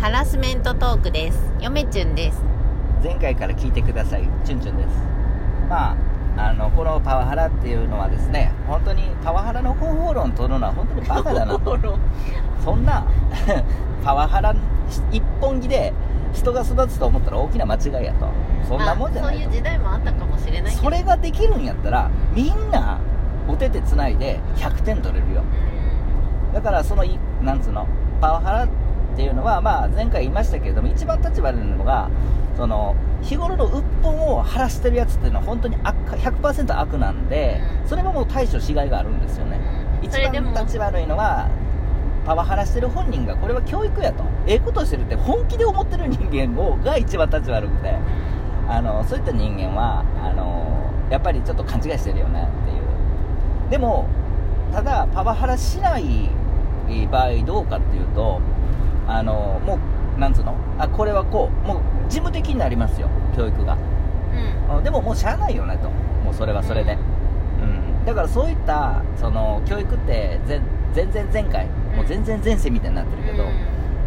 ハラスメントトークですよめちゅん です前回から聞いてくださいチュンチュンですまああのこのパワハラっていうのはですね本当にパワハラの方法論取るのは本当にバカだ なとそんな パワハラ一本気で人が育つと思ったら大きな間違いやとそんなもんじゃまあなそういいとう時代もあったかもしれないけどそれができるんやったらみんなお手手つないで100点取れるようんだからそのいなんつうのパワハラっていうのは、まあ、前回言いましたけれども一番立場になるのがその日頃の鬱憤を晴らしてるやつっていうのは本当に悪100%悪なんでうんそれももう対処しがいがあるんですよね一それでも番立ち悪いのはパワハラしてる本人がこれは教育やとええことしてるって本気で思ってる人間をが一番立ち悪くてあのそういった人間はあのやっぱりちょっと勘違いしてるよねっていうでもただパワハラしない場合どうかっていうとあのもうなんつうのあこれはこうもう事務的になりますよ教育がうんあでももうしゃあないよねともうそれはそれで、うん、だからそういったその教育って全全然前回もう全然前世みたいになってるけど、うん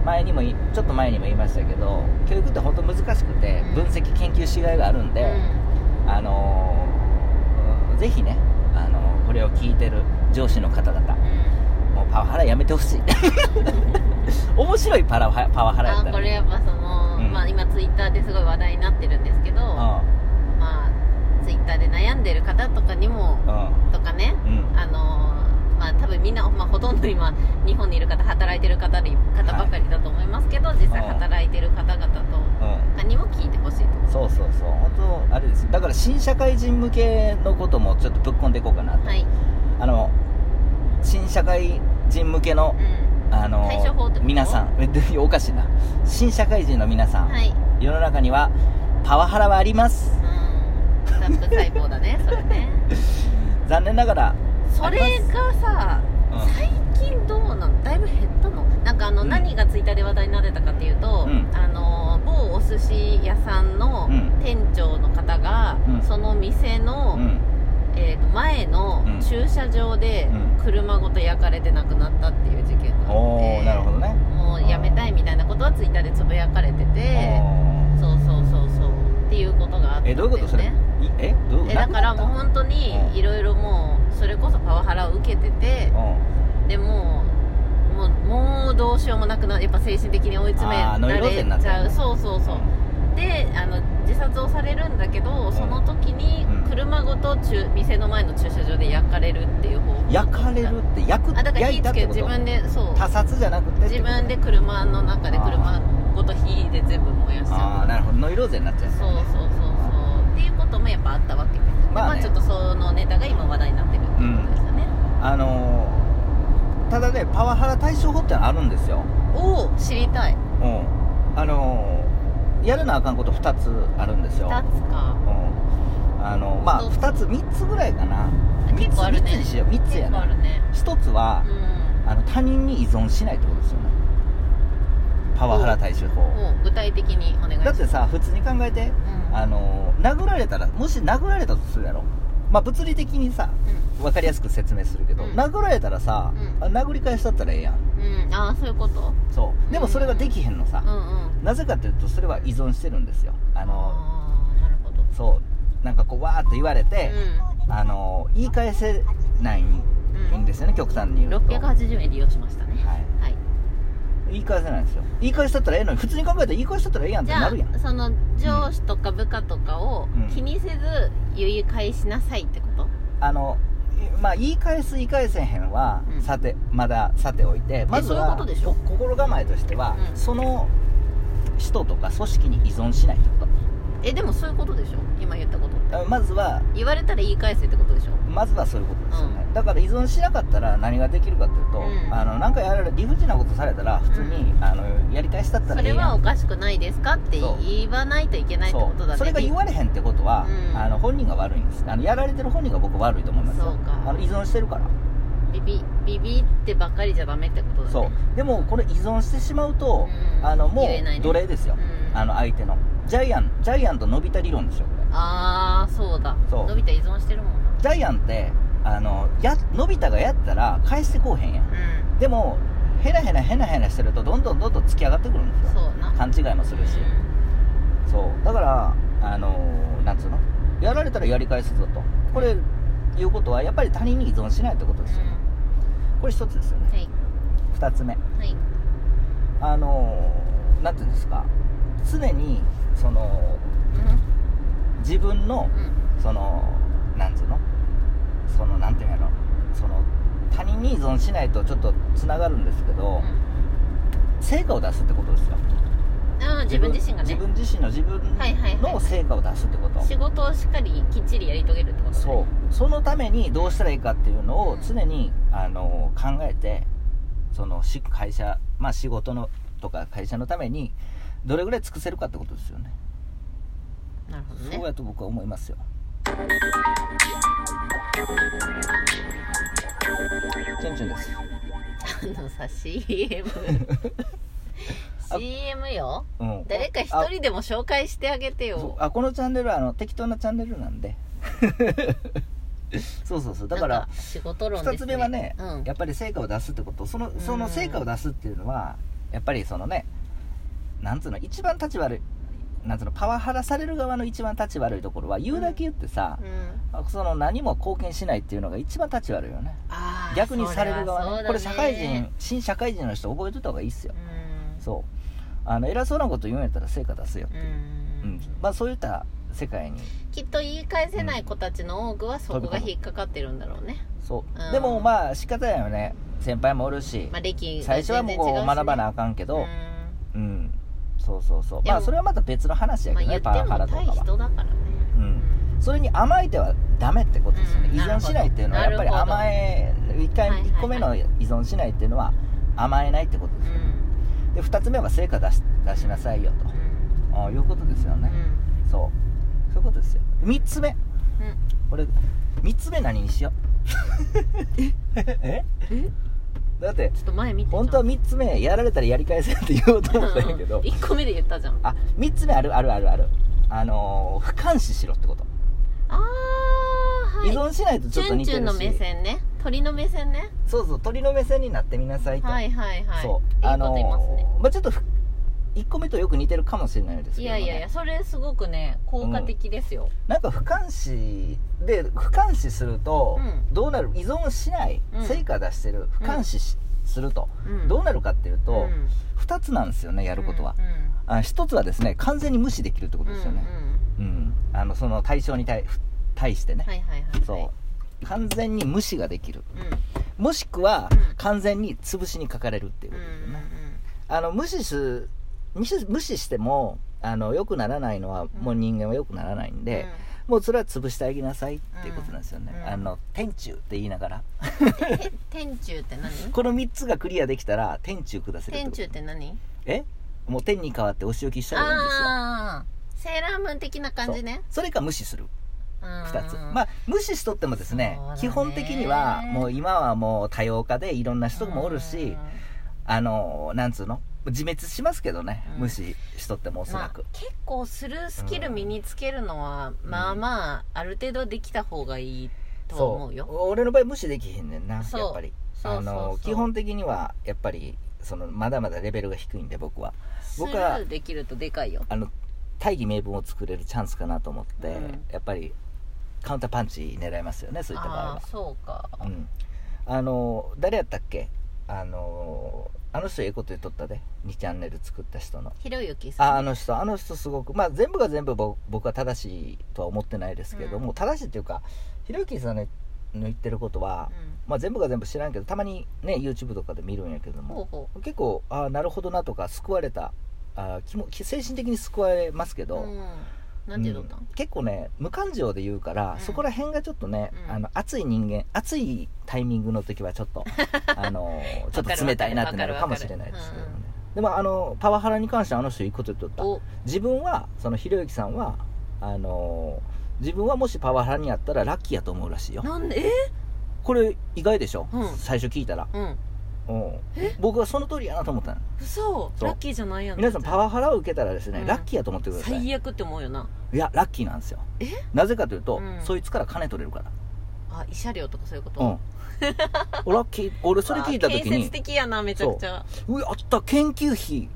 前にもいちょっと前にも言いましたけど教育って本当難しくてうん分析研究しがいがあるんで、あのーぜひね、あのーこれを聞いてる上司の方々うんもうパワハラやめてほしい 面白いパラハパワハラやっあたらこれやっぱその、うんまあ今ツイッターですごい話題になってるんですけどまあツイッターで悩んでる方とかにもとかねうんうんあのーまあ多分みんな、まあ、ほとんど今日本にいる方働いてる方で方ばかりだと思いますけど、実際働いてる方々とうんうん他にも聞いてほしいとそうそうそう本当あれですよだから新社会人向けのこともちょっとぶっ込んでいこうかなと、はい、あの新社会人向けのうん、あの対処法ってこと皆さんえ でおかしいな新社会人の皆さん、はい、う世の中にはパワハラはありますん、スタッフ細胞だねそれね残念ながらそれがさうん最近どうなのだいぶ減ったのなんかあの、うん何がツイッターで話題になってたかっていうと、うんあの某お寿司屋さんのうん店長の方が、うんその店の、うんえー、と前のうん駐車場でう車ごと焼かれて亡くなったっていう事件があっおて、おなるほどねもうやめたいみたいなことはツイッターでつぶやかれてておーそうそうそうそうっていうことがあったんだえよ、ね、どういうことそれいえどういうことえだからもう本当にうんいろいろもうそれこそパワハラを受けててでもうもうもうどうしようもなくなやっぱ精神的に追い詰めあーらノイローゼになれっちたよゃねうそうそうそうであの自殺をされるんだけどその時にうん車ごと駐店の前の駐車場で焼かれるっていう方法焼かれるって焼くあだから焼火いたつっけててこと自分でそう他殺じゃなくてってこと自分で車の中で車ごと火で全部燃やしちあゃあうなるほどノイローゼになっちゃうそうそうそうそうっていうこともやっぱあったわけです、まあままああねちょっとそのネタが今話題になってるってことですよね、あのーただねパワハラ対処法ってのあるんですよおお知りたいうんあのーやるなあかんこと2つあるんですよ、 2つかうん、あのまどあうぞ2つ3つぐらいかな結構あるね3つにしよう3つ結や構あなるね1つはう、んあの他人に依存しないってことですよねパワハラ対処法もう具体的にお願いしますだってさ普通に考えてうんあの殴られたらもし殴られたとするやろまあ物理的にさ分かりやすく説明するけど、うん殴られたらさ、うんあ殴り返しだったらええやんうん、うん、ああそういうことそうでもそれができへんのさう、んうんなぜかというとそれは依存してるんですよあのあーなるほどそうなんかこうわーっと言われて、うあの言い返せないんんうんですよね極端に言うと、は680円利用しましたねい、はい言い返せないんですよ言い返しだったらええのに普通に考えたら言い返しだったらええやんっじてゃなあるやんその上司とか部下とかをうん気にせず言い返しなさいってこと、あのいまあ言い返す言い返せへんは、うんさてまださておいてまずそういうはことでしょこ心構えとしては、うんその人とか組織に依存しないってこえでもそういうことでしょ今言ったことってとあまずは言われたら言い返せってことでしょまずはそういうことですよね、だから依存しなかったら何ができるかというと、うんあのなんかやられ理不尽なことされたら普通に、あのやり返しだったそらええれやはおんかしくないですかってそう言わないといけないってことだねそれが言われへんってことは、うんあの本人が悪いんですあのやられてる本人が僕悪いと思いますよそうかあの依存してるからビビビビってばっかりじゃダメってことだねそうでもこれ依存してしまうと、うんあのも言えないねう奴隷ですよ、うんあの相手のジャイアンジャイアンとのび太理論ですよこれああそうだそうのび太依存してるもんなジャイアンってあのやのび太がやったら返してこうへんやんうでもヘラヘラヘラヘラしてるとどんどんどんどん突き上がってくるんですよそうな勘違いもするしそうだからあのーなんつうのやられたらやり返すぞとこれいうことはやっぱり他人に依存しないってことですようこれ一つですよんねはい二つ目はいあのーなんていうんですか常にその自分のうんうんそのなんつうのそのなんていうんやろその他人に依存しないとちょっとつながるんですけど、成果を出すってことですようんあー自分自身がね自分自身の自分はいはいはいはのい成果を出すってこと、仕事をしっかりきっちりやり遂げるってことねそうそのためにどうしたらいいかっていうのうをん常に、あの考えてそのし会社まあ仕事のとか会社のためにどれぐらい尽くせるかってことですよねなるほどねそうやと僕は思いますよチュンチュンですあのさ CM CM ようん誰か一人でも紹介してあげてあそうよあこのチャンネルはあの適当なチャンネルな んでそうそうそうだからなん仕事論です、ね、 2つ目はね、うんやっぱり成果を出すってことそのその成果を出すっていうのはやっぱりそのねなんつうの一番立ち悪いなんつうのパワハラされる側の一番立ち悪いところは言うだけ言ってさ、うんその何も貢献しないっていうのが一番立ち悪いよねあー逆にされる側そはねそうだねこれ社会人新社会人の人覚えといた方がいいっすよ、うんそうあの偉そうなこと言うんやったら成果出すよってういう、うんんまあそういった世界にきっと言い返せない子たちの多くはそこが引っかかってるんだろうね、そう、うんでもまあ仕方やよね先輩もおるし、まあ、歴が最初はもうこう学ばなあかんけ全然違うしねど、うん、そうそうそうでもまあそれはまた別の話うんやまあ言っけどね、てパワハラもとか対は人だからねううんんそれに甘えてはダメってことですよね、うん依存しないっていうのはやっぱりなるほど甘え1回はいはいはい1個目の依存しないっていうのは甘えないってことですよ、で2つ目は成果出し出しなさいよと、ああいうことですようんね、そうそういうことですよ3つ目うんうんこれ3つ目何にしよう え えだってちょっと前見て本当は見3つ目やられたらやり返せって言おうと思ったんやけど1個目で言ったじゃんあ三3つ目あるあるあるあるあのー、俯瞰視しろってこと、あーはい依存しないとちチょっとュン似チてュンるのし目線ね鳥の目線ねそうそう鳥の目線になってみなさいと、はいはいはいそういいこと言いますねあのーまあちょっと1個目とよく似てるかもしれないですけいど、ね、やいやいやそれすごくね効果的ですよ、なんか俯瞰視で俯瞰視するとうんどうなる、依存しないうん成果出してる俯瞰視しするとうんどうなるかっていうと、ん二2つなんですよねやることは、うんうんあ1つはですね完全に無視できるってことですよね、うんあのその対象に対対してね、はいはいはいはいそう完全に無視ができるうんもしくはうん完全に潰しにかかれるっていううこんうとですよんね、あの無視す無視無視してもあの良くならないのはもう人間は良くならないんで、もうそれは潰してあげなさいっていうことなんですよね、うんあの天中って言いながら うんて天中って何この3つがクリアできたら天中下せるって天こと中って何えもう天に変わってお仕置きしたらいいんですよああセーラームーン的な感じねそうそれか無視する2 2つまあ無視しとってもですねそうだね基本的にはもう今はもう多様化でいろんな人もおるし、あのなんつうの自滅しますけどね、うん無視しとってもおそらく、結構スルースキル身につけるのは、まあまあある程度できた方がいいとは思うよ俺の場合無視できへんねんなやっそうぱりそうあそうそうの基本的にはやっぱりそのまだまだレベルが低いんで僕は僕はスルーできるとでかいよあの大義名分を作れるチャンスかなと思って、うんやっぱりカウンターパンチ狙いますよねそういった場合あはあそうかうんあの誰やったっけあのあの人ええこと言っとったで2チャンネル作った人のひろゆきさんああの人あの人すごくまあ全部が全部ぼ僕は正しいとは思ってないですけども、うん正しいっていうかひろゆきさんの言ってることは、うまあ、全部が全部知らんけどたまにね YouTube とかで見るんやけどん、ほうもほう結構ああなるほどなとか救われたあー気も精神的に救われますけど、うん、なんて言うとったんうん結構ね無感情で言うから、うんそこら辺がちょっとね、うんあの熱い人間熱いタイミングの時はちょっ とあのちょっと冷たいなってなるかもしれないですけどねわかるわかるわかるでもあのパワハラに関してはあの人いいこと言っとったお自分はそのひろゆきさんはあの自分はもしパワハラにあったらラッキーやと思うらしいよなんでこれ意外でしょ、うん最初聞いたら、えうんうん、僕はその通りやなと思ったの嘘そうラッキーじゃないやん皆さんパワワハラを受けたらですね、うんラッキーやと思ってくださいい最悪って思うよなやラッキーなんですよえなぜかというと、うんそいつから金取れるから あ慰謝料とかそういうこと、うん、俺はき俺それ聞いた時建設に的やなめちゃくちゃうわあった研究費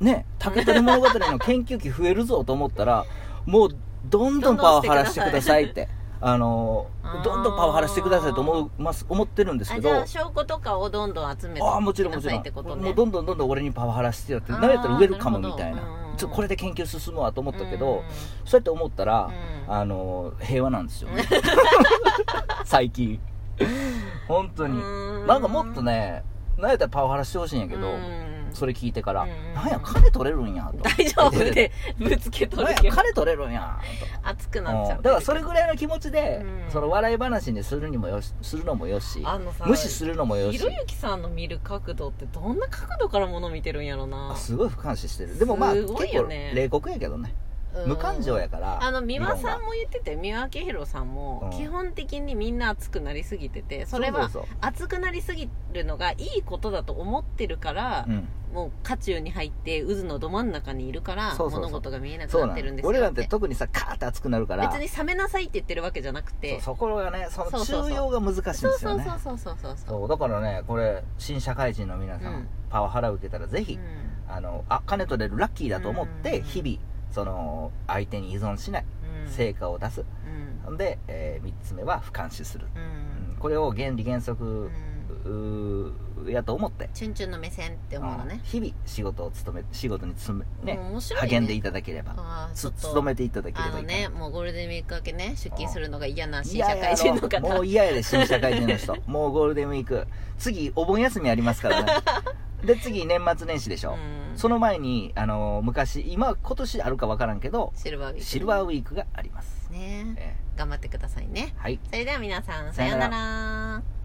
ね竹取物語の研究費増えるぞと思った らもうどんどんパワハラしてくださいってあのあーどんどんパワハラしてくださいと思うます思ってるんですあけじどゃあ証拠とかをどんどん集めてああもちろんきもなちさいろってことん、ねもうどんどんどんどん俺にパワハラしてよってあー何やったらウェルカムみたいなるほどうんうんうなんちょこれで研究進むわと思ったけど、そうやって思ったら、あの平和なん ですよね最近本当になんかもっとねね何やったらパワハラしてほしいんやけど、それ聞いてから、うんうんなんや金取れるんや と大丈夫でぶつけとなんるやけど金取れるんや熱くとなっちゃううんだからそれぐらいの気持ちで、うんその笑い話にするにもよしするのもよしあのさ無視するのもよひしろゆきさんの見る角度ってどんな角度からもの見てるんやろなあすごい俯瞰視してるでもまあ、す結ごい構よね冷酷やけどねうん無感情やからあの美輪さんもも言ってて美輪明宏さんもうん基本的にみんな熱くなりすぎててそれはそうそう熱くなりすぎるのがいいことだと思ってるからそううんもう渦中に入って渦のど真ん中にいるからそうそうそう物事が見えなくそうななっんてるんですよ俺らって特にさカーッて熱くなるから別に冷めなさいって言ってるわけじゃなくそてうそこがねそそうのそうそう中用が難しいんですそようねそうそうそうそうそうそうそうだからねこれ新社会人の皆さん、うんパワハラ受けたらぜひ、うんあのあ金取れるラッキーだと思っうんうんてうん日々その相手に依存しないうん成果を出す、うんん、で、え3つ目は俯瞰視する、ううんんこれを原理原う則、んうーやと思って、チュンチュンの目線って思うのうんね日々仕事を務め仕事につめ、ねもう面白いね励んでいただければ、ああちょつっ勤とめていただけれあばのいいねもうゴールデンウィーク明けね出勤するのが嫌な新社会人のいやいやも方う嫌やで新社会人の人 もうゴールデンウィーク次お盆休みありま すからねで次年末年始でしょ、うんその前に、あのー昔今今年あるかわからんけどシルバーウィークシルバーウィークがあります、ねえ頑張ってくださいねーはいそれでは皆さんささよよううならなら